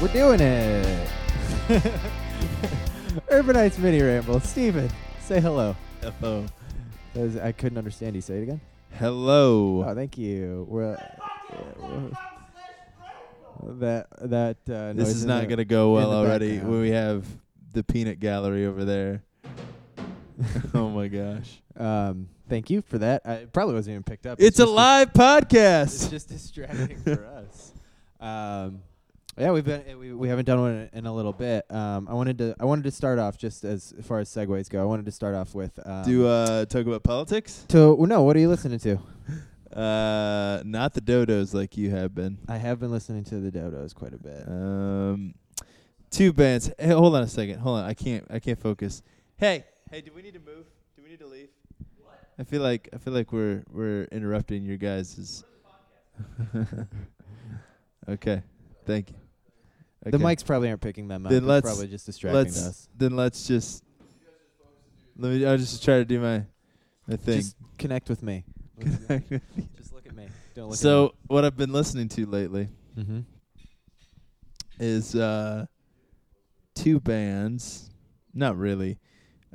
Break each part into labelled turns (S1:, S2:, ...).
S1: We're doing it. Urbanites mini ramble. Steven, say hello.
S2: Hello.
S1: That was- I couldn't understand you. Say it again. Oh,
S2: Hello.
S1: thank you. We're, uh, yeah, we're- that that uh,
S2: This
S1: noise
S2: is
S1: in
S2: not
S1: the-
S2: going to go
S1: in
S2: well
S1: the
S2: already.
S1: background.
S2: We have the peanut gallery over there. oh my gosh.
S1: Um, thank you for that. I, it probably wasn't even picked up.
S2: It's a
S1: just dis-
S2: live
S1: It's
S2: podcast.
S1: just distracting for us. Um, yeah, we've been eh, we, we haven't done one in a little bit. Um, I wanted to I wanted to start off just as far as segues go. I wanted to start off with um,
S2: Do uh talk about politics?
S1: to well, no. What are you listening to?
S2: Uh not the dodos like you have been.
S1: I have been listening to the Dodos quite a bit.
S2: Um two bands. Hey, hold on a second. Hold on. I can't I can't focus. Hey. Hey, do we need to move? Do we need to leave? I feel like I feel like we're we're interrupting your guys' Okay. Thank you.
S1: The
S2: Okay.
S1: mics probably aren't picking them up.
S2: Then
S1: It's
S2: let's-
S1: probably just distracting
S2: let's
S1: us.
S2: then let's just let me I'll just try to do my my thing.
S1: Just connect with me. just look at me. Don't look
S2: so what I've been listening to lately
S1: at me. Mhm.
S2: is uh two bands. Not really.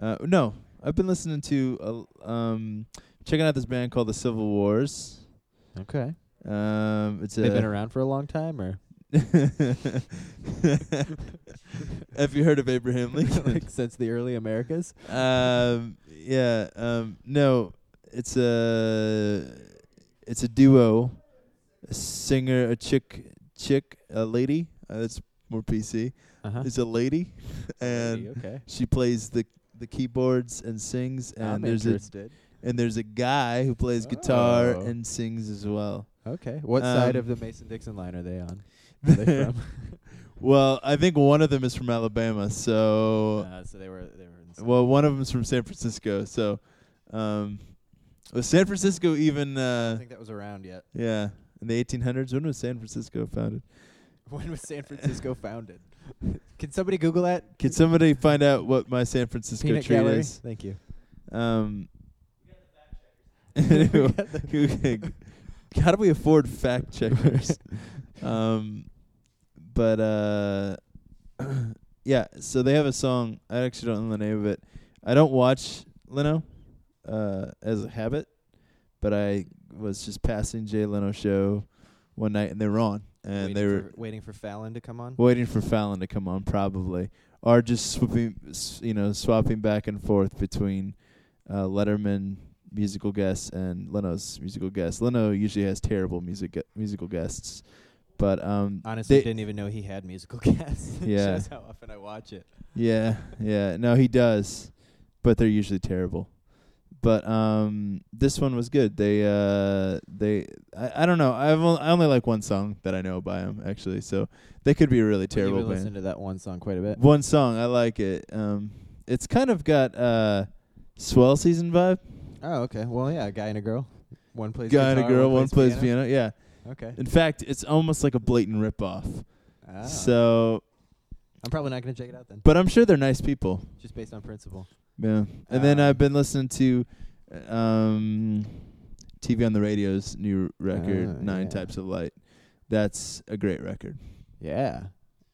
S2: Uh no. I've been listening to uh, um checking out this band called the Civil Wars.
S1: Okay.
S2: Um it's
S1: They've
S2: a
S1: been around for a long time or
S2: Have you heard of Abraham Lincoln?
S1: like since the early Americas?
S2: um yeah um no it's a it's a duo a singer a chick chick a lady uh, that's more pc
S1: Uh-huh.
S2: is a lady and
S1: okay.
S2: she plays the the keyboards and sings and
S1: I'm
S2: there's
S1: interested.
S2: a and there's a guy who plays guitar
S1: Oh.
S2: and sings as well
S1: okay. What side
S2: um,
S1: of the Mason Dixon line are they on? Are they from?
S2: well i think one of them is from alabama so
S1: Uh, so they were they were in
S2: Well, one of them's from San Francisco, so um, was San Francisco even?
S1: I don't
S2: Uh,
S1: think that was around yet.
S2: yeah, in the 1800s. When was San Francisco founded?
S1: When was San Francisco founded? Can somebody Google that?
S2: Could somebody find out what my San Francisco
S1: Peanut
S2: treat
S1: gallery.
S2: is?
S1: Thank you.
S2: Um,
S1: We
S2: how do we afford fact checkers? um, but uh, yeah, so they have a song. I actually don't know the name of it. I don't watch Leno uh, as a habit, but I was just passing Jay Leno show one night and they were on, and
S1: waiting
S2: they were
S1: for, waiting for Fallon to come on.
S2: waiting for Fallon to come on, probably, or just swooping, s- you know, swapping back and forth between uh, Letterman musical guests and Leno's musical guests. Leno usually has terrible music uh, musical guests, but um,
S1: Honestly,
S2: they-
S1: didn't even know he had musical guests. It
S2: Yeah.
S1: shows how often I watch it.
S2: Yeah, yeah. No, he does, but they're usually terrible. But um, this one was good. They uh, they I, I don't know. I've only, I only like one song that I know by him actually. So they could be a really terrible
S1: You've
S2: band.
S1: listened to that one song quite a bit.
S2: One song I like it. Um, it's kind of got uh, swell season vibe.
S1: Oh, okay. Well, yeah, a guy and a girl. One plays
S2: Guy and a
S1: guitar,
S2: girl, one plays, piano. Yeah.
S1: Okay.
S2: In fact, it's almost like a blatant ripoff.
S1: Ah.
S2: So,
S1: I'm probably not gonna check it out then,
S2: but I'm sure they're nice people.
S1: just based on principle.
S2: Yeah. And then
S1: Um,
S2: I've been listening to um, TV on the Radio's new record,
S1: Oh,
S2: Nine
S1: yeah.
S2: Types of Light. That's a great record.
S1: Yeah,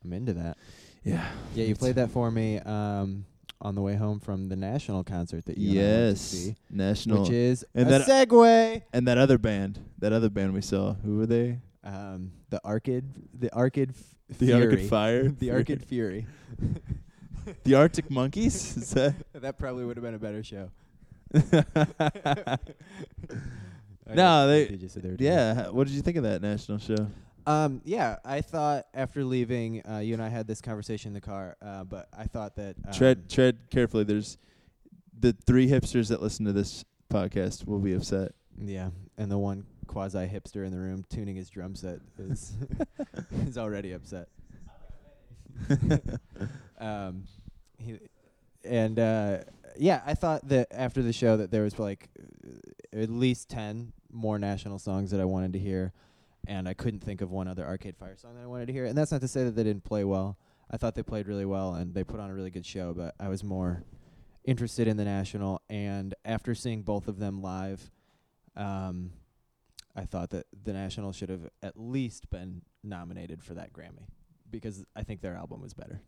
S1: I'm into that.
S2: Yeah.
S1: Yeah, you played that for me um, on the way home from the national concert that you and I went to
S2: Yes.
S1: see,
S2: National.
S1: which is
S2: And
S1: a
S2: that-
S1: segue.
S2: and that other band, that other band we saw, who were they?
S1: Um, the Arcade, the Arcade, F-
S2: The
S1: Fury.
S2: Arcade Fire.
S1: the Arcade Fury.
S2: The Arctic Monkeys? Is that?
S1: that probably would have been a better show. I
S2: No,
S1: guess
S2: they-
S1: did just say they were doing it.
S2: yeah. What did you think of that national show?
S1: Um, yeah, I thought after leaving, uh, you and I had this conversation in the car, uh, but I thought that um,
S2: tread tread carefully. There's the three hipsters that listen to this podcast will be upset.
S1: Yeah, and the one quasi hipster in the room tuning his drum set is is already upset. um, he, and uh, yeah, I thought that after the show that there was like uh, at least ten more national songs that I wanted to hear, and I couldn't think of one other Arcade Fire song that I wanted to hear. And that's not to say that they didn't play well. I thought they played really well and they put on a really good show, but I was more interested in the national. And after seeing both of them live, um, I thought that the national should have at least been nominated for that Grammy. because I think their album was better.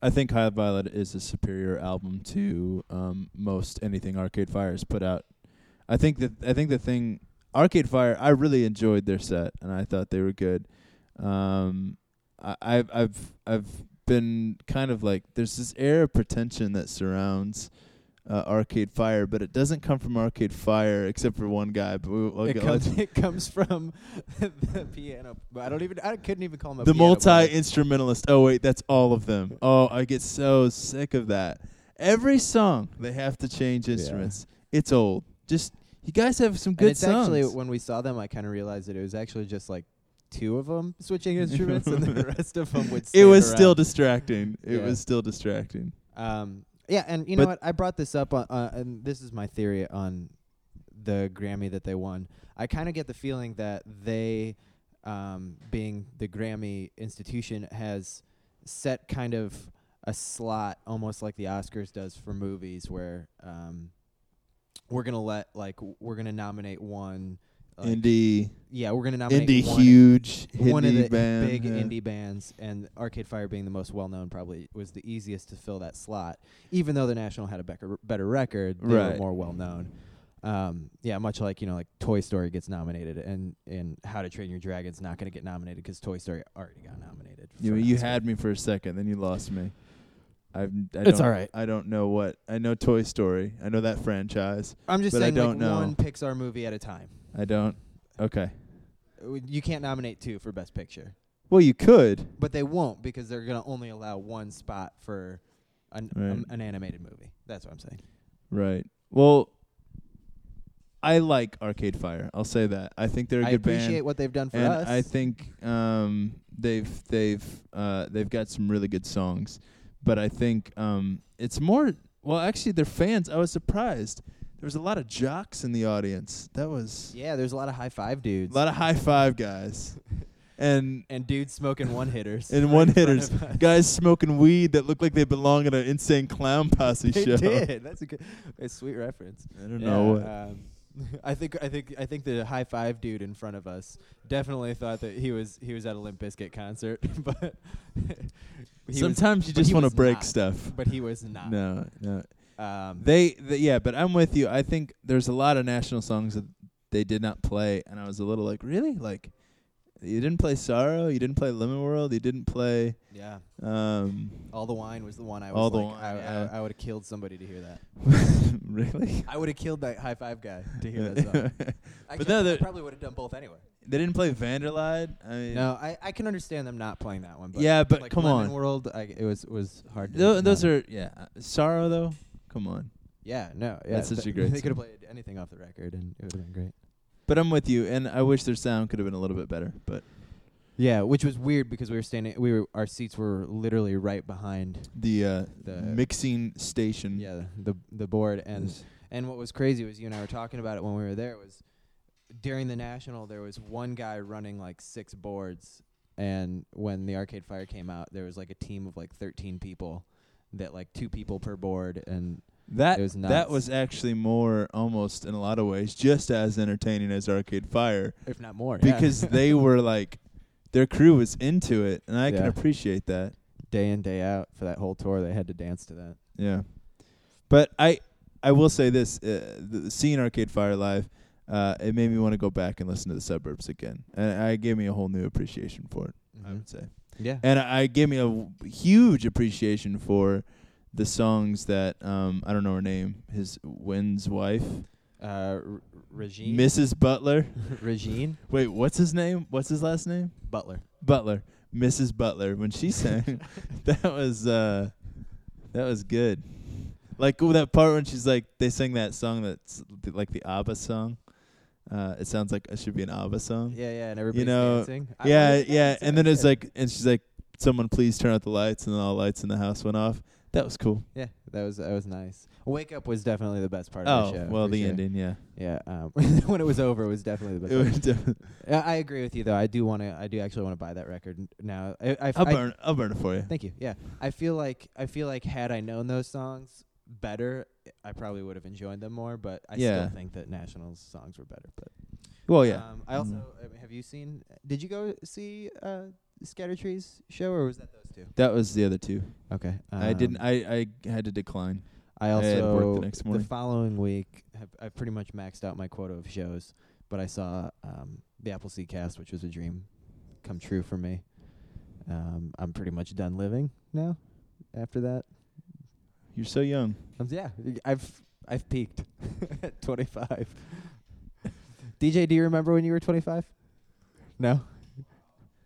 S2: I think High Violet is a superior album to um, most anything Arcade Fire has put out. I think that I think the thing Arcade Fire, I really enjoyed their set and I thought they were good. Um, I, I've I've I've been kind of like there's this air of pretension that surrounds uh, Arcade Fire, but it doesn't come from Arcade Fire except for one guy. But we, I'll
S1: it
S2: get-
S1: comes it comes from the piano. But I don't even I couldn't even call him a
S2: the
S1: piano
S2: multi
S1: player.
S2: instrumentalist. Oh wait, that's all of them. Oh, I get so sick of that. Every song they have to change instruments. It's old. Just you guys have some
S1: And
S2: good
S1: it's
S2: songs.
S1: actually when we saw them, I kind of realized that it was actually just like two of them switching instruments, and the rest of them would.
S2: it
S1: stand
S2: was still
S1: around.
S2: distracting. It
S1: Yeah.
S2: was still distracting.
S1: Um, yeah, and you know
S2: But-
S1: what? I brought this up on, uh, and this is my theory on the Grammy that they won. I kind of get the feeling that they, um, being the Grammy institution, has set kind of a slot, almost like the Oscars does for movies, where um, we're gonna let like w- we're gonna nominate one. Like,
S2: indie,
S1: Yeah, we're gonna nominate
S2: indie,
S1: one
S2: huge,
S1: one of
S2: indie
S1: the
S2: band,
S1: big
S2: yeah.
S1: indie bands, and Arcade Fire being the most well known, probably was the easiest to fill that slot. Even though the National had a becker, better record, they were
S2: Right.
S1: more well known. Um, yeah, much like you know, like Toy Story gets nominated, and and How to Train Your Dragon's not going to get nominated because Toy Story already got nominated.
S2: You,
S1: for an
S2: you
S1: Oscar.
S2: had me for a second, then you lost me. I've, I
S1: It's
S2: don't-
S1: all right.
S2: I don't know what I know. Toy Story. I know that franchise.
S1: I'm just
S2: but I
S1: saying,
S2: don't
S1: like
S2: know.
S1: one Pixar movie at a time.
S2: I don't. Okay.
S1: Uh, You can't nominate two for Best Picture,
S2: Well, you could.
S1: but they won't because they're going to only allow one spot for an
S2: Right.
S1: um, an animated movie. That's what I'm saying.
S2: Right. Well, I like Arcade Fire. I'll say that. I think they're a
S1: I
S2: good
S1: appreciate
S2: band,
S1: what they've done for
S2: and
S1: us.
S2: I think um, they've they've uh, they've got some really good songs. But I think um, it's more. Well, actually, their fans. I was surprised. There was a lot of jocks in the audience. That was
S1: Yeah, there's a lot of high five
S2: a
S1: dudes.
S2: lot of high five guys, and
S1: and dudes smoking one hitters.
S2: and
S1: right
S2: one
S1: in front
S2: hitters
S1: of us.
S2: guys smoking weed that looked like they belong at an insane clown posse
S1: They
S2: show.
S1: did. That's a good, a sweet reference.
S2: I don't know. What,
S1: Um, I think I think I think the high five dude in front of us definitely thought that he was he was at a Limp Bizkit concert, but he
S2: Sometimes you
S1: but
S2: just
S1: he
S2: want to
S1: was
S2: break
S1: not.
S2: stuff.
S1: was, but he was not.
S2: No, no.
S1: Um,
S2: They, th yeah, but I'm with you. I think there's a lot of national songs that they did not play, and I was a little like, really, like, you didn't play "Sorrow," you didn't play "Lemon World," you didn't play.
S1: yeah,
S2: Um,
S1: all the wine was the one I was
S2: All the
S1: like
S2: Wine,
S1: I,
S2: yeah.
S1: I, I would have killed somebody to hear that.
S2: really?
S1: I would have killed that high five guy to hear that song. Actually,
S2: no,
S1: I
S2: they're-
S1: probably would have done both anyway.
S2: they didn't play "Vanderlide." I mean,
S1: No, I, I can understand them not playing that one. But
S2: Yeah, but
S1: like
S2: come
S1: Lemon
S2: on.
S1: World, I, it was was hard. To
S2: Tho- those
S1: not-
S2: are yeah. uh, "Sorrow" though, come on.
S1: yeah, no, yeah,
S2: That's such
S1: th-
S2: a great
S1: They could have played anything off the record, and it would have been great.
S2: But I'm with you, and I wish their sound could have been a little bit better. But
S1: Yeah, which was weird because we were standing, we were our seats were literally right behind
S2: the, uh,
S1: The-
S2: mixing station,
S1: yeah the the board, and
S2: is-
S1: and what was crazy was you and I were talking about it when we were there was during the national there was one guy running like six boards, and when the Arcade Fire came out, there was like a team of like thirteen people, that like two people per board, and
S2: That
S1: It was
S2: that
S1: nuts.
S2: was actually more almost in a lot of ways just as entertaining as Arcade Fire
S1: if not more yeah.
S2: because they were like their crew was into it and I can
S1: Yeah.
S2: appreciate that.
S1: day in day out for that whole tour they had to dance to that
S2: Yeah. But I I will say this uh, the, seeing Arcade Fire live uh, it made me want to go back and listen to the suburbs again, and I gave me a whole new appreciation for it. I would
S1: Mm-hmm.
S2: say,
S1: yeah
S2: Mm-hmm. and I it gave me a w- huge appreciation for the songs that um, I don't know her name, his Wynn's wife,
S1: uh R- regine
S2: Mrs. Butler.
S1: regine
S2: Wait, what's his name? What's his last name?
S1: butler
S2: Butler. Mrs. Butler. When she sang, that was uh that was good. Like ooh, that part when she's like they sing that song that's th- like the ABBA song. Uh it sounds like it should be an ABBA song.
S1: yeah yeah and everybody's
S2: know,
S1: dancing I
S2: yeah,
S1: wanted to
S2: yeah.
S1: dance,
S2: And
S1: I
S2: then it's
S1: did.
S2: like and she's like someone please turn out the lights and then all the lights in the house went off. That was cool.
S1: yeah that was that was nice wake up was definitely the best part
S2: Oh,
S1: of the show
S2: well
S1: for
S2: the
S1: sure.
S2: ending, yeah.
S1: yeah um when it was over it was definitely the
S2: It
S1: best
S2: was different.
S1: part. I, I agree with you though i do want to i do actually want to buy that record n- now i i,
S2: I'll
S1: I-
S2: burn I'll burn it for you.
S1: thank you yeah i feel like i feel like had i known those songs better i probably would have enjoyed them more but i
S2: Yeah.
S1: still think that national's songs were better but
S2: Well yeah. Mm-hmm.
S1: Um, I also uh have you seen? Did you go see uh, Scatter Trees show, or was that those two?
S2: That was the other two.
S1: Okay,
S2: I didn't.
S1: um,
S2: I, I had to decline.
S1: I
S2: I
S1: also
S2: had work the next morning.
S1: following week, have, I pretty much maxed out my quota of shows, but I saw um, the Appleseed Cast, which was a dream come true for me. Um, I'm pretty much done living now. After that,
S2: You're so young.
S1: Um, yeah, I've I've peaked at 25. DJ, do you remember when you were 25? No.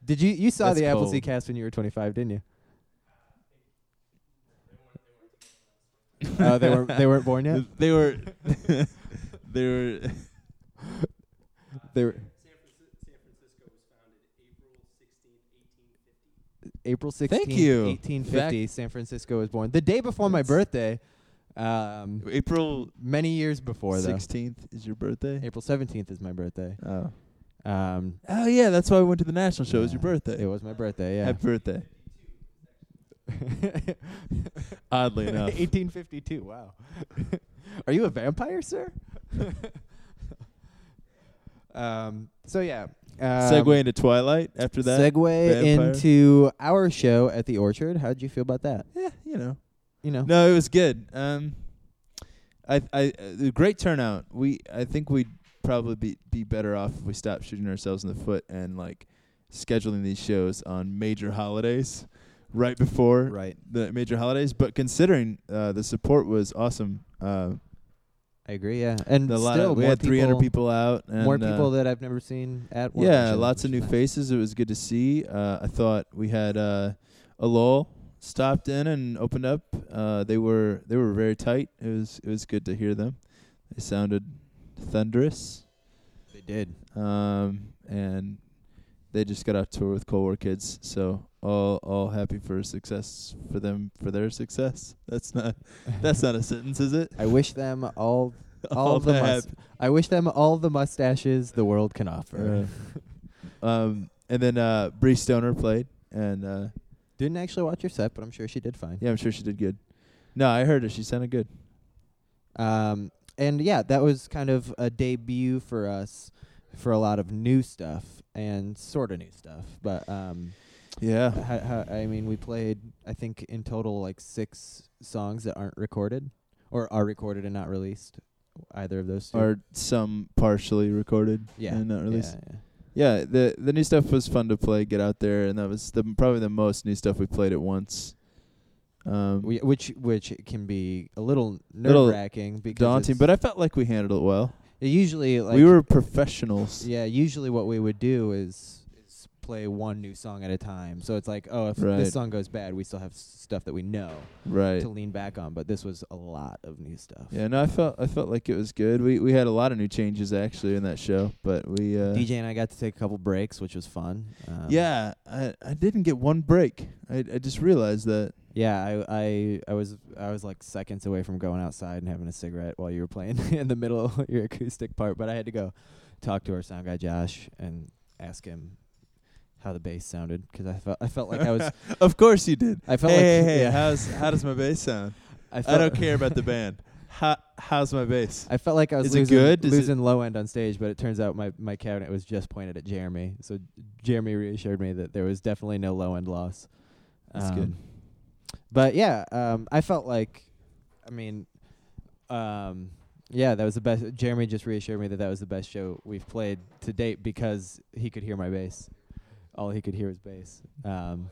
S1: Did you you saw
S2: That's
S1: the Appleseed
S2: cold.
S1: Cast when you were 25, didn't you? Oh, they weren't they weren't born yet.
S2: they were. they were.
S1: They were. April 16th,
S2: Thank you.
S1: 1850, San Francisco was born. The day before my
S2: That's-
S1: birthday, um,
S2: April
S1: many years before, though.
S2: sixteenth is your birthday.
S1: April 17th is my birthday.
S2: Oh.
S1: Um,
S2: Oh yeah, that's why I went to the national show. It was
S1: Yeah,
S2: your birthday.
S1: It was my birthday, yeah.
S2: Happy birthday. Oddly enough.
S1: 1852. Wow. Are you a vampire, sir? um. So yeah. Um,
S2: segue into Twilight after that.
S1: Segue
S2: vampire.
S1: into our show at the Orchard. How would you feel about that?
S2: yeah, you know.
S1: You know.
S2: No, it was good. Um, I I uh, great turnout. We I think we'd probably be be better off if we stopped shooting ourselves in the foot and like scheduling these shows on major holidays, right before
S1: Right.
S2: the major holidays. But considering uh, the support was awesome. Uh,
S1: I agree. Yeah. And
S2: a
S1: still
S2: lot of, we
S1: more
S2: had 300 people out. And,
S1: more
S2: uh,
S1: people that I've never seen at one.
S2: Yeah,
S1: show,
S2: lots of
S1: which is
S2: new
S1: nice.
S2: faces. It was good to see. Uh, I thought we had uh, Alol stopped in and opened up. Uh, they were they were very tight. It was it was good to hear them. They sounded thunderous,
S1: They did.
S2: um, and they just got off tour with Cold War Kids. So all all happy for success for them for their success. That's not that's not a sentence, is it?
S1: I wish them all. All, the
S2: that
S1: must- I wish them all the mustaches the world can offer.
S2: um, and then uh, Bree Stoner played, and uh,
S1: Didn't actually watch your set, but I'm sure she did fine.
S2: yeah, I'm sure she did good. No, I heard her. She sounded good.
S1: Um, and yeah, that was kind of a debut for us for a lot of new stuff and sort of new stuff. But um,
S2: Yeah,
S1: how, how, I mean, we played I think in total like six songs that aren't recorded or are recorded and not released. Either of those two.
S2: or some partially recorded.
S1: yeah,
S2: and not
S1: yeah,
S2: released.
S1: yeah.
S2: Yeah. the the new stuff was fun to play. Get out there, and that was the probably the most new stuff we played at once. Um,
S1: We, which which can be a little
S2: Little
S1: nerve wracking because
S2: daunting,
S1: it's-
S2: but I felt like we handled it well.
S1: usually like
S2: we were professionals.
S1: Yeah, usually what we would do is is play one new song at a time. So it's like, oh, if
S2: Right.
S1: this song goes bad, we still have s- stuff that we know
S2: Right.
S1: to lean back on. But this was a lot of new stuff.
S2: Yeah, no, I felt I felt like it was good. We we had a lot of new changes actually in that show, but we uh,
S1: DJ and I got to take a couple breaks, which was fun. Um,
S2: Yeah, I I didn't get one break. I I just realized that.
S1: yeah. I, I I was I was like seconds away from going outside and having a cigarette while you were playing in the middle of your acoustic part, but I had to go talk to our sound guy Josh and ask him how the bass sounded because I felt I felt like I was
S2: Of course you did.
S1: I felt
S2: hey, hey,
S1: like
S2: hey,
S1: yeah,
S2: how's how does my bass sound?
S1: I,
S2: I
S1: felt-
S2: don't care about the band. How how's my bass?
S1: I felt like I was
S2: Is it
S1: losing,
S2: good? Is it-
S1: losing low end on stage, but it turns out my, my cabinet was just pointed at Jeremy. So Jeremy reassured me that there was definitely no low end loss. Um,
S2: That's good.
S1: But yeah, um, I felt like, I mean, um, yeah, that was the best. Jeremy just reassured me that that was the best show we've played to date because he could hear my bass. All he could hear was bass. Um,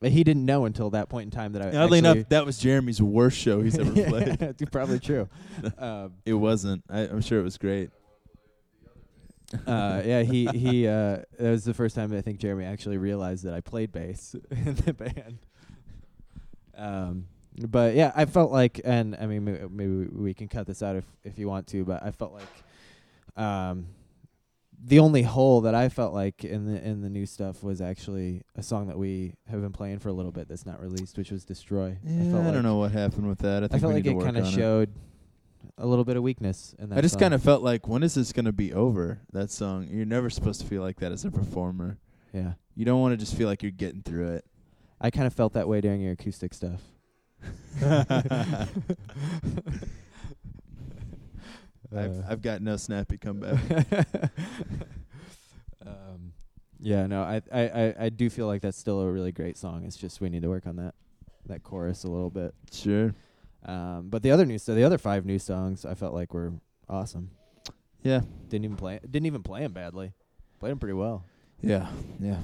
S1: but he didn't know until that point in time that I.
S2: Oddly
S1: Uh, actually
S2: enough, that was Jeremy's worst show he's ever played.
S1: That's probably true. um,
S2: It wasn't. I, I'm sure it was great.
S1: uh, yeah, he he. Uh, that was the first time I think Jeremy actually realized that I played bass in the band. Um, but yeah, I felt like, and I mean, may- maybe we- we can cut this out if if you want to, but I felt like, um, the only hole that I felt like in the in the new stuff was actually a song that we have been playing for a little bit that's not released, which was "Destroy."
S2: Yeah, I,
S1: felt
S2: don't
S1: like,
S2: know what happened with that. I, think
S1: I felt
S2: we
S1: like
S2: need
S1: it
S2: to
S1: kind
S2: kind
S1: of showed a little bit of weakness in that.
S2: I just
S1: song.
S2: kind of felt like, when is this going to be over? That song. You're never supposed to feel like that as a performer.
S1: yeah.
S2: You don't want to just feel like you're getting through it.
S1: I kind of felt that way during your acoustic stuff.
S2: I've,
S1: Uh, Uh,
S2: I've got no snappy comeback.
S1: um, Yeah, no, I, I, I, I do feel like that's still a really great song. It's just we need to work on that that chorus a little bit.
S2: Sure.
S1: Um, but the other new so the other five new songs I felt like were awesome.
S2: Yeah.
S1: Didn't even play didn't even play 'em badly. Played 'em pretty well.
S2: Yeah. Yeah.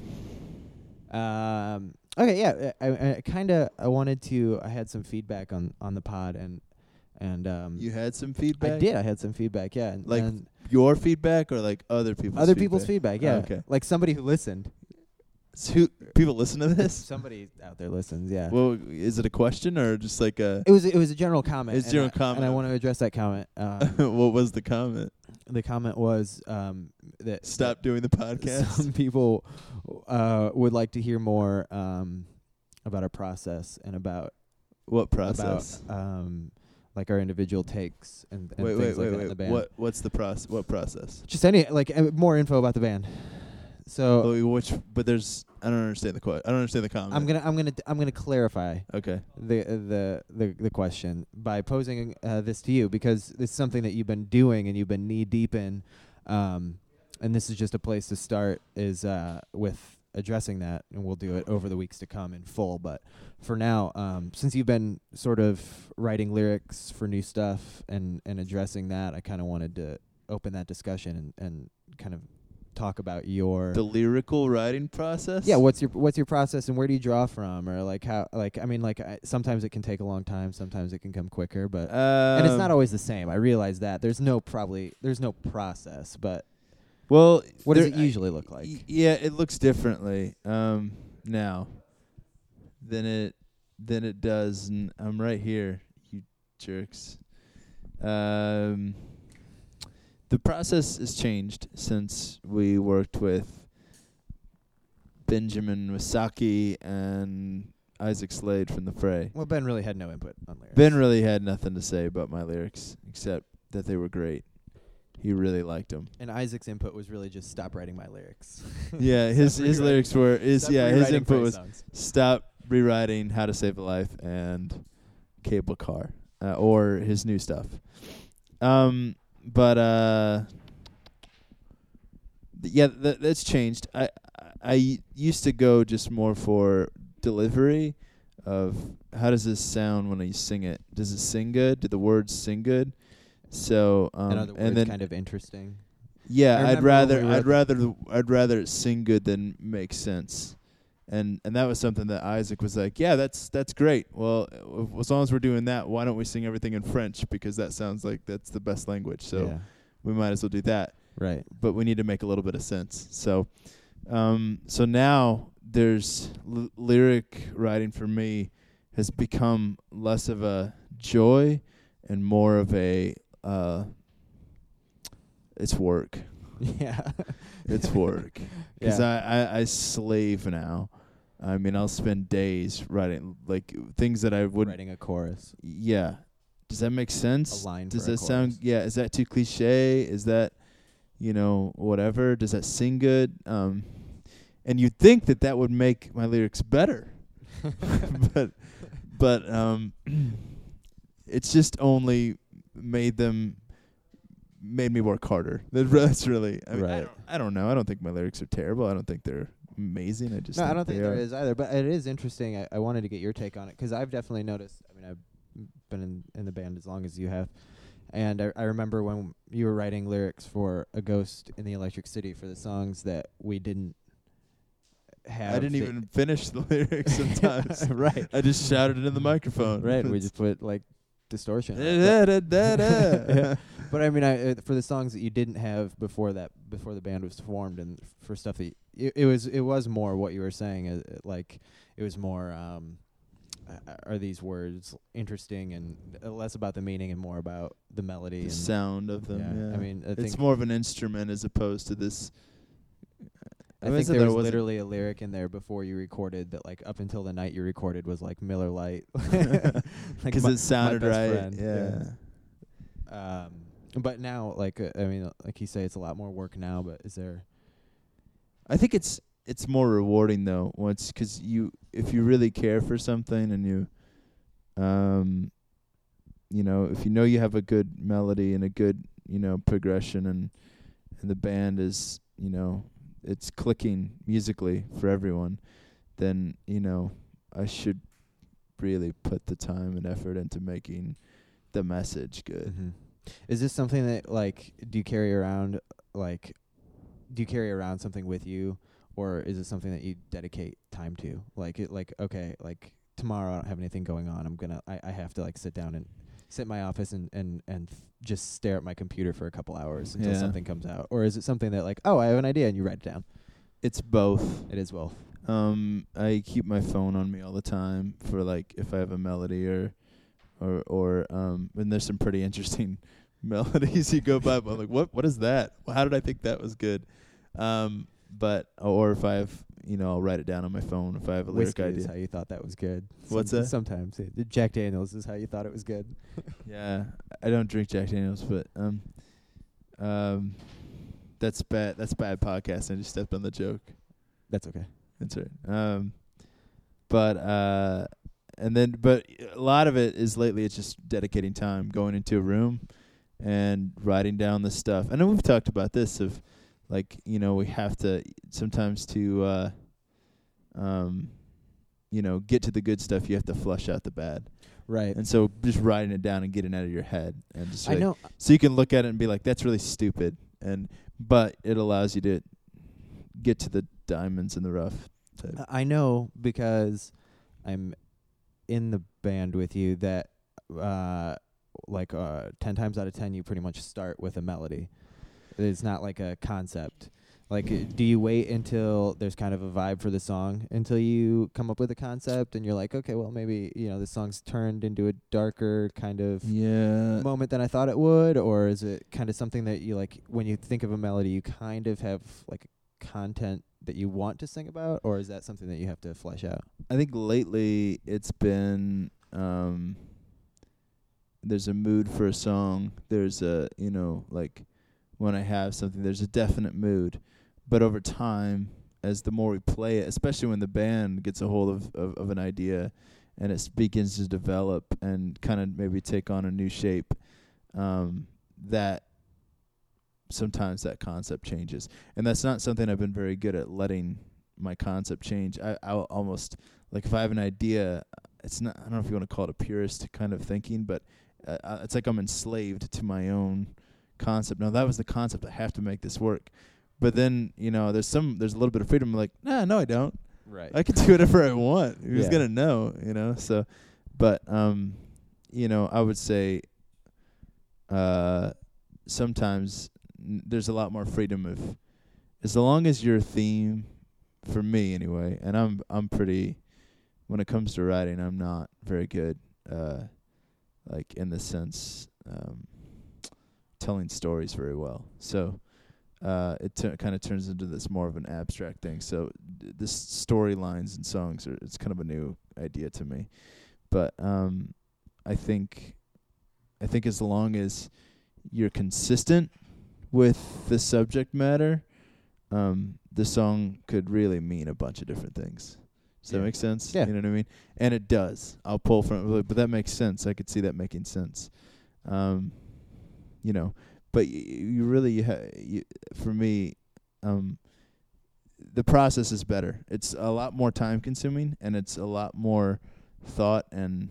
S1: Um, okay, yeah, I, I, I kind of I wanted to I had some feedback on on the pod and and um
S2: You had some feedback.
S1: I did I had some feedback yeah and,
S2: Like
S1: and
S2: Your feedback or like other people's?
S1: other
S2: feedback? Oh,
S1: people's feedback yeah
S2: okay.
S1: like somebody who listened
S2: So who, people listen to this?
S1: somebody out there listens yeah
S2: Well, is it a question or just like a?
S1: it was it was a general comment
S2: It's
S1: and
S2: general
S1: I- and I
S2: comment.
S1: want to address that comment um,
S2: what was the comment?
S1: the comment was um that
S2: Stop doing the podcast.
S1: Some people uh, would like to hear more um, about our process and about
S2: What process?
S1: about um, like our individual takes and, and
S2: wait, wait,
S1: things like
S2: wait,
S1: that
S2: wait.
S1: in the band.
S2: What? What's the process? What process?
S1: Just any like uh, more info about the band. So
S2: Oh, which? But there's. I don't understand the question. I don't understand the comment.
S1: I'm gonna I'm gonna I'm gonna clarify
S2: Okay.
S1: the the the, the question by posing uh, this to you because it's something that you've been doing and you've been knee deep in, um, and this is just a place to start is uh, with addressing that, and we'll do it over the weeks to come in full. But for now, um, since you've been sort of writing lyrics for new stuff and and addressing that, I kind of wanted to open that discussion and and kind of talk about your
S2: The lyrical writing process.
S1: yeah what's your what's your process and where do you draw from or like how like i mean like I, sometimes it can take a long time sometimes it can come quicker
S2: Um,
S1: but and it's not always the same i realize that there's no probably there's no process but
S2: Well,
S1: what does
S2: there-
S1: it usually look
S2: I-
S1: like
S2: y- yeah, it looks differently um, now than it than it does. N- I'm right here, you jerks. Um, the process has changed since we worked with Benjamin Wasaki and Isaac Slade from the Fray.
S1: well ben really had no input on lyrics
S2: Ben really had nothing to say about my lyrics except that they were great. He really liked them.
S1: and isaac's input was really just stop writing my lyrics
S2: Yeah, his
S1: Stop
S2: his
S1: rewriting-
S2: lyrics were his
S1: stop
S2: yeah his
S1: rewriting
S2: input
S1: praise
S2: was
S1: songs.
S2: stop rewriting How to Save a Life and Cable Car uh, or his new stuff. Um, but uh, th- yeah, th- that's changed. I I I used to go just more for delivery of how does this sound when I sing it? Does it sing good? Do the words sing good? So um,
S1: and other words
S2: then
S1: kind of interesting I
S2: yeah, I'd
S1: remember when
S2: rather
S1: we were at
S2: I'd
S1: the-
S2: rather th- I'd rather it sing good than make sense. And and that was something that Isaac was like, "Yeah, that's that's great. Well, uh, as long as we're doing that, why don't we sing everything in French because that sounds like that's the best language. So
S1: yeah.
S2: we might as well do that,
S1: right
S2: but we need to make a little bit of sense." So um so now there's l- lyric writing for me has become less of a joy and more of a uh it's work.
S1: yeah
S2: It's work. Because
S1: yeah.
S2: I, I, I slave now. I mean, I'll spend days writing like things that I would.
S1: writing a chorus
S2: Yeah. Does that make
S1: a
S2: sense?
S1: line
S2: Does
S1: for a
S2: that sound?
S1: chorus.
S2: Yeah. Is that too cliche? Is that, you know, whatever? Does that sing good? Um, and you'd think that that would make my lyrics better, but, but um, it's just only made them made me work harder. That's really. I mean, I
S1: Right.
S2: don't. I don't know. I don't think my lyrics are terrible. I don't think they're amazing. I just.
S1: no,
S2: think
S1: I don't think
S2: they
S1: there
S2: are.
S1: is either. But it is interesting. I, I wanted to get your take on it because I've definitely noticed. I mean, I've been in, in the band as long as you have, and I, I remember when you were writing lyrics for "A Ghost in the Electric City" for the songs that we didn't have.
S2: I didn't
S1: that-
S2: even finish the lyrics sometimes.
S1: right,
S2: I just shouted it in the microphone.
S1: right. We just put like distortion. on it.
S2: Da, da, da, da.
S1: Yeah. But I mean, I uh, for the songs that you didn't have before that, before the band was formed, and for stuff that y- it, it was, it was more what you were saying. Uh, uh, like it was more, um, uh, are these words interesting and uh, less about the meaning and more about the melody?
S2: The
S1: and
S2: sound of them. Yeah.
S1: I mean, I
S2: it's
S1: think
S2: more of an instrument as opposed to this.
S1: I
S2: I mean,
S1: think
S2: so
S1: there
S2: there
S1: was
S2: wasn't-
S1: literally a lyric in there before you recorded that, like up until the night you recorded, was like Miller Light, Like
S2: Because
S1: my-
S2: it sounded
S1: best
S2: right.
S1: friend,
S2: yeah.
S1: yeah. Um, but now, like uh, I mean, like you say, it's a lot more work now. But is there?
S2: I think it's it's more rewarding though once because you if you really care for something and you um you know if you know you have a good melody and a good you know progression and and the band is you know it's clicking musically for everyone, then you know I should really put the time and effort into making the message good.
S1: Mhm. Is this something that like do you carry around like do you carry around something with you or is it something that you dedicate time to? Like it like okay, like tomorrow I don't have anything going on. I'm going to I I have to like sit down and sit in my office and and and f- just stare at my computer for a couple hours until
S2: Yeah.
S1: something comes out. Or is it something that like, oh, I have an idea and you write it down.
S2: It's both.
S1: It is well.
S2: Um, I keep my phone on me all the time for like if I have a melody or, or or um, and there's some pretty interesting melodies you go by. But I'm like, what what is that? Well, how did I think that was good? Um, but or if I have you know I'll write it down on my phone if I have a lyric
S1: Whiskey is
S2: idea.
S1: how you thought that was good.
S2: What's
S1: Some-
S2: that?
S1: Sometimes it, Jack Daniels is how you thought it was good.
S2: Yeah, I don't drink Jack Daniels, but um, um, that's bad. That's bad podcast. I just stepped on the joke.
S1: That's okay.
S2: That's right. Um, but uh, and then but a lot of it is lately it's just dedicating time, going into a room, and writing down the stuff. I know we've talked about this of like you know we have to sometimes to uh, um, you know get to the good stuff you have to flush out the bad,
S1: Right.
S2: and so just writing it down and getting it out of your head and just
S1: I
S2: like,
S1: know
S2: so you can look at it and be like, "That's really stupid," and but it allows you to get to the diamonds in the rough. Type.
S1: I I know because I'm in the band with you that uh like uh 10 times out of 10 you pretty much start with a melody. It's not like a concept. Like uh, do you wait until there's kind of a vibe for the song until you come up with a concept and you're like, "Okay, well maybe, you know, this song's turned into a darker kind of
S2: yeah,
S1: moment than I thought it would, or is it kind of something that you like when you think of a melody, you kind of have like content that you want to sing about, or is that something that you have to flesh out?
S2: I think lately it's been um, there's a mood for a song. There's a you know like when I have something, there's a definite mood, but over time, as the more we play it, especially when the band gets a hold of of, of an idea, and it s- begins to develop and kind of maybe take on a new shape, um, that sometimes that concept changes, and that's not something I've been very good at letting my concept change. I I'll almost like if I have an idea, it's not I don't know if you want to call it a purist kind of thinking, but uh, uh, it's like I'm enslaved to my own concept. No, that was the concept. I have to make this work. But then you know, there's some there's a little bit of freedom. Like, nah, no, I don't.
S1: Right.
S2: I can do whatever I want. Who's
S1: Yeah.
S2: gonna know? You know. So, but um, you know, I would say, uh, sometimes n- there's a lot more freedom of, as long as your theme, for me anyway, and I'm I'm pretty, when it comes to writing, I'm not very good. Uh, like in the sense, um, telling stories very well. So. Uh, it t- kind of turns into this more of an abstract thing. So th- this storylines and songs are it's kind of a new idea to me. But um I think I think as long as you're consistent with the subject matter, um the song could really mean a bunch of different things. Does that
S1: Yeah.
S2: make sense?
S1: Yeah.
S2: You know what I mean? And it does. I'll pull from it, but that makes sense. I could see that making sense. Um you know, but you, you really you, ha- you for me um the process is better. It's a lot more time consuming and it's a lot more thought and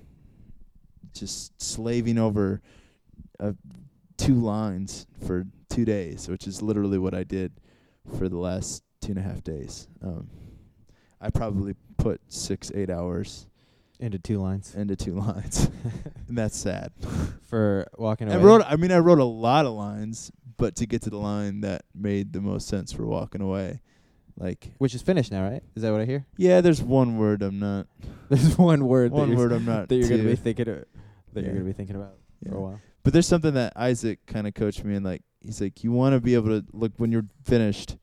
S2: just slaving over uh, two lines for two days, which is literally what I did for the last two and a half days. Um, I probably put six, eight hours
S1: Into two lines
S2: into two lines, and that's sad.
S1: for walking away.
S2: I wrote. I mean, I wrote a lot of lines, but to get to the line that made the most sense for walking away, like
S1: which is finished now, right? Is that what I hear?
S2: yeah, there's one word I'm not.
S1: There's one word that
S2: One
S1: you're,
S2: word I'm not.
S1: that you're gonna be
S2: too-
S1: thinking of, that
S2: Yeah.
S1: you're gonna be thinking about for
S2: yeah.
S1: a while.
S2: But there's something that Isaac kind of coached me in. Like he's like, you want to be able to look when you're finished.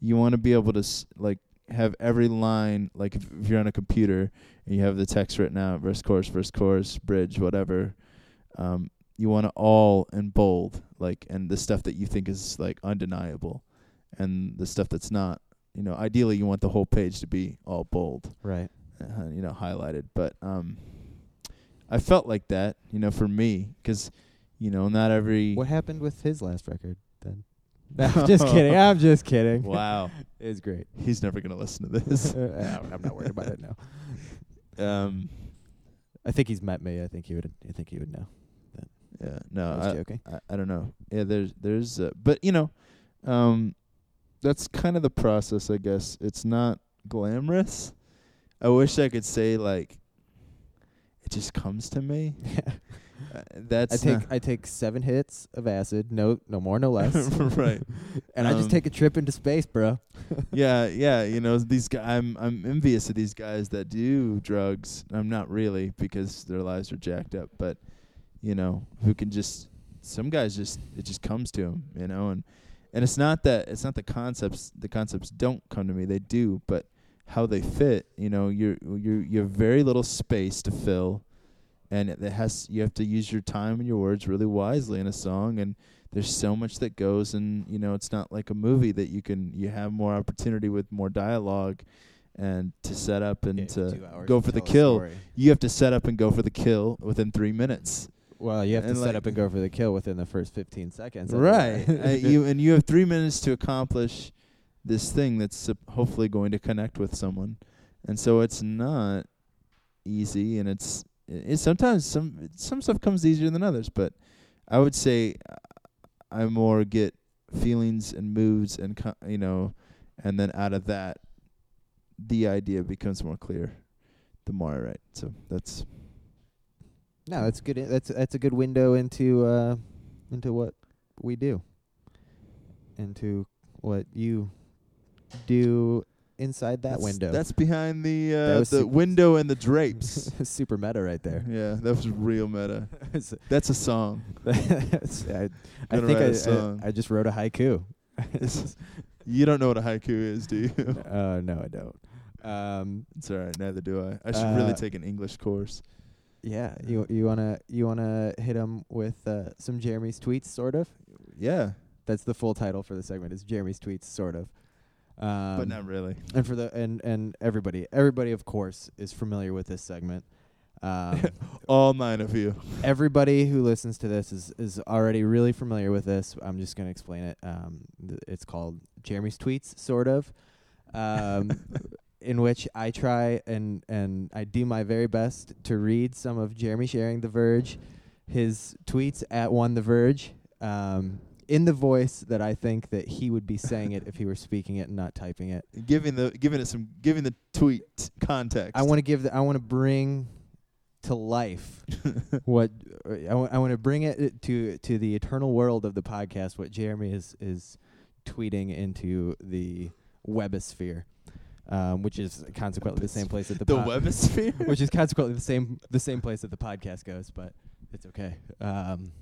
S2: You want to be able to s like have every line like if, if you're on a computer and you have the text written out, verse, chorus, verse, chorus, bridge, whatever. Um, you want to all in bold, like and the stuff that you think is like undeniable, and the stuff that's not. You know, ideally, you want the whole page to be all bold
S1: Right.
S2: uh, you know highlighted but um i felt like that you know for me 'cause you know not every
S1: What happened with his last record then? No, I'm just kidding. I'm just kidding.
S2: wow.
S1: It's great.
S2: He's never going to listen to this.
S1: I'm I'm not worried about it now.
S2: Um,
S1: I think he's met me. I think he would. I think he would know.
S2: yeah, no,
S1: I was joking.
S2: I, I don't know. Yeah, there's there's uh, but you know, um that's kind of the process, I guess. It's not glamorous. I wish I could say like it just comes to me. Uh, that's
S1: I take
S2: not-
S1: I take seven hits of acid. No, no more, no less.
S2: right.
S1: and I
S2: Um,
S1: just take a trip into space, bro.
S2: Yeah, yeah, you know, these guys I'm I'm envious of these guys that do drugs. I'm not really because their lives are jacked up, but you know, who can just some guys just it just comes to them, you know, and and it's not that it's not the concepts the concepts don't come to me, they do, but how they fit, you know, you're you're you have very little space to fill and it has you have to use your time and your words really wisely in a song and there's so much that goes and you know it's not like a movie that you can you have more opportunity with more dialogue and to set up and to go for the kill you have to set up and go for the kill within three minutes
S1: Well, you have to
S2: And,
S1: set
S2: like-
S1: up and go for the kill within the first 15 seconds.
S2: right uh, you and you have three minutes to accomplish this thing that's sup- hopefully going to connect with someone and so it's not easy and it's it's sometimes some some stuff comes easier than others but i would say uh, i more get feelings and moods and co- you know and then out of that the idea becomes more clear the more i write so that's
S1: no, that's good. i- That's that's a good window into uh, into what we do, into what you do inside that
S2: that's,
S1: window.
S2: that's behind the uh,
S1: That
S2: the
S1: was sequence.
S2: window and the drapes
S1: super meta right there.
S2: Yeah, that was real meta.
S1: It's-
S2: That's a song.
S1: it's- I, I
S2: Gonna
S1: think
S2: write a
S1: I,
S2: song.
S1: I, I just wrote a haiku.
S2: You don't know what a haiku is, do you?
S1: uh, no, I don't. Um,
S2: it's all right. Neither do I. I should really
S1: Uh,
S2: take an English course.
S1: Yeah, you you wanna you wanna hit 'em with uh, some Jeremy's tweets, sort of.
S2: Yeah,
S1: That's the full title for the segment. Is Jeremy's tweets, sort of. Um,
S2: but not really.
S1: And for the and and everybody, everybody of course is familiar with this segment. Um,
S2: All nine of you.
S1: everybody who listens to this is is already really familiar with this. I'm just gonna explain it. Um, th- it's called Jeremy's tweets, sort of. Um, in which I try and and I do my very best to read some of Jeremy sharing The Verge, his tweets at one The Verge, um, in the voice that I think that he would be saying it if he were speaking it and not typing it.
S2: Giving the giving it some giving the tweet context.
S1: I want to give the, I want to bring to life what I want I want to bring it uh, to to the eternal world of the podcast what Jeremy is is tweeting into the webosphere um, which is consequently the same place that the
S2: the
S1: pod-
S2: webosphere.
S1: which is consequently the same the same place that the podcast goes but it's okay um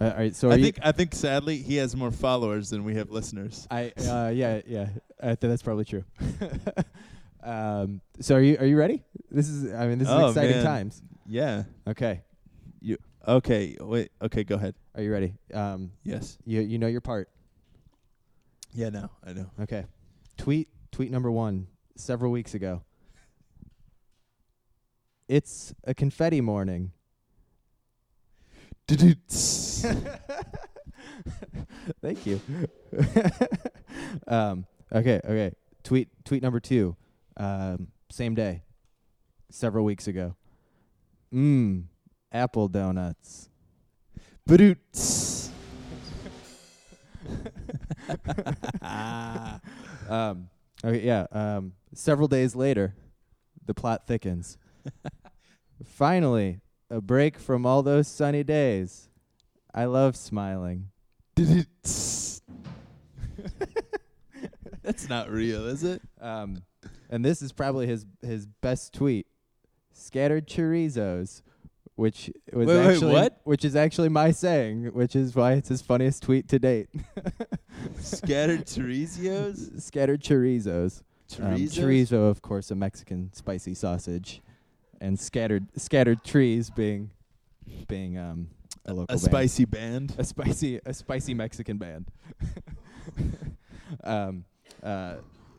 S1: all right so are
S2: Ah. I
S1: you-
S2: think I think sadly he has more followers than we have listeners.
S1: I uh, yeah yeah I think that's probably true um so are you are you ready this is I mean this is
S2: Oh,
S1: exciting
S2: man.
S1: times
S2: Yeah.
S1: okay
S2: Okay. Wait. Okay. Go ahead.
S1: are you ready um
S2: Yes.
S1: you you know your part
S2: Yeah. No. I know.
S1: Okay. Tweet tweet number 1 several weeks ago. It's a confetti morning. Thank you. um okay, okay. Tweet tweet number 2 um same day several weeks ago. Mmm, apple donuts.
S2: Badoots. Uh,
S1: um okay, yeah, um several days later the plot thickens. Finally, a break from all those sunny days. I love smiling.
S2: That's not real, is it?
S1: Um, and this is probably his his best tweet. Scattered chorizos, which was
S2: Wait, wait,
S1: actually
S2: what?
S1: which is actually my saying, which is why it's his funniest tweet to date.
S2: Scattered Terizios?
S1: Scattered chorizos. Um,
S2: Terizos?
S1: chorizo, of course, a Mexican spicy sausage, and scattered scattered trees being being um a local
S2: a
S1: band.
S2: spicy band.
S1: a spicy a spicy Mexican band. um, uh,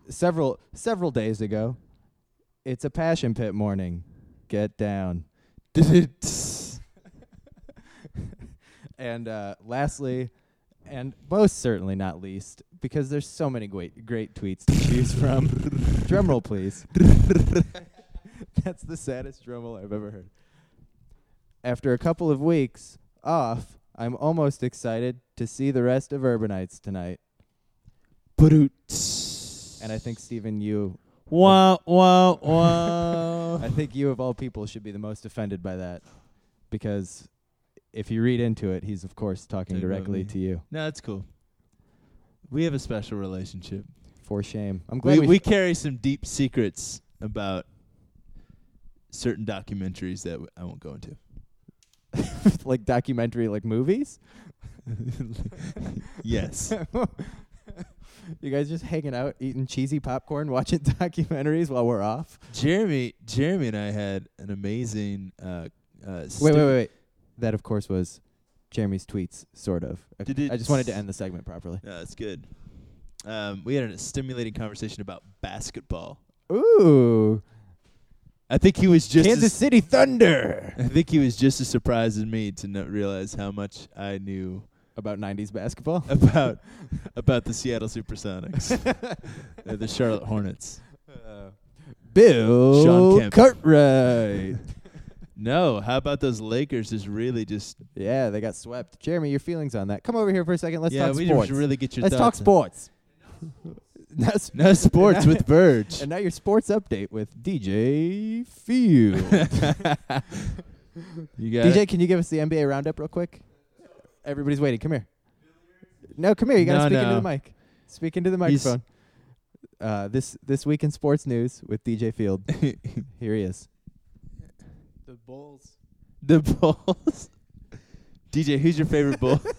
S1: several several days ago, it's a passion pit morning. Get down. and uh, lastly, and most certainly not least, because there's so many great great tweets to choose from. drumroll, please. That's the saddest drumroll I've ever heard. After a couple of weeks off, I'm almost excited to see the rest of Urbanites tonight. And I think Stephen, you,
S2: Wow, wow, wow.
S1: I think you of all people should be the most offended by that, because if you read into it, he's of course talking
S2: Talking about
S1: directly
S2: me.
S1: to you.
S2: No, it's cool. We have a special relationship.
S1: For shame. I'm glad
S2: We,
S1: we,
S2: we carry some deep secrets about certain documentaries that w- I won't go into.
S1: like documentary like movies.
S2: Yes.
S1: you guys just hanging out, eating cheesy popcorn, watching documentaries while we're off.
S2: Jeremy, Jeremy and I had an amazing. Uh, uh,
S1: Wait,
S2: stu-
S1: wait, wait, wait. That of course was Jeremy's tweets, sort of. I,
S2: Did it
S1: I just wanted to
S2: s-
S1: end the segment properly.
S2: No, that's good. Um, we had a stimulating conversation about basketball.
S1: Ooh,
S2: I think he was just
S1: Kansas
S2: as-
S1: City Thunder
S2: I think he was just as surprised as me to not realize how much I knew
S1: about '90s basketball.
S2: about about the Seattle Supersonics, uh, the Charlotte Hornets.
S1: Bill
S2: Sean Kemp.
S1: Cartwright.
S2: No, how about those Lakers? Just really just
S1: yeah, they got swept. Jeremy, your feelings on that? Come over here for a second. Let's
S2: yeah,
S1: talk
S2: we
S1: sports.
S2: should really get your
S1: Let's talk
S2: thoughts.
S1: sports. Now s-
S2: No sports with Verge.
S1: And now your sports update with DJ Field.
S2: You got
S1: DJ, can you give us the NBA roundup real quick? Everybody's waiting. Come here. No, come here. You gotta
S2: No,
S1: speak
S2: no.
S1: into the mic. Speak into the
S2: He's-
S1: microphone. Uh, this this week in sports news with DJ Field.
S2: it?
S1: Here he is.
S3: The Bulls.
S2: the Bulls. DJ, who's your favorite Bull?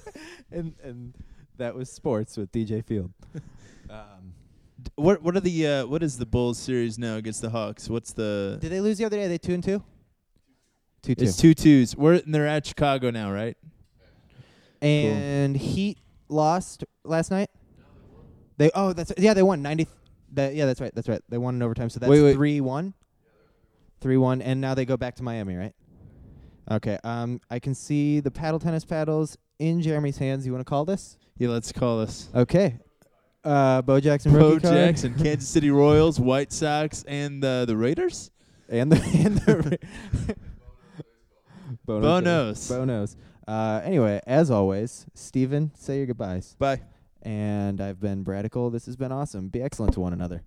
S1: And and that was sports with DJ Field. Um,
S2: what What are the uh, What is the Bulls series now against the Hawks? What's the
S1: did they lose the other day? They two and two. Two two.
S2: It's two twos. We're and they're at Chicago now, right?
S1: And Heat lost last night. They oh that's yeah they won ninety. that, yeah that's right that's right they won in overtime so that's
S2: Wait, wait.
S1: three one, three one and now they go back to Miami right. Okay um I can see the paddle tennis paddles in Jeremy's hands. You want to call this?
S2: Yeah, let's call this.
S1: Okay. Uh, Bo Jackson
S2: Bo
S1: rookie card.
S2: Jackson, Kansas City Royals, White Sox, and uh, the Raiders.
S1: and the and the Bonos
S2: Bonos.
S1: Bonos. Uh, anyway, as always, Steven, say your goodbyes.
S2: Bye.
S1: And I've been Bradical. This has been awesome. Be excellent to one another.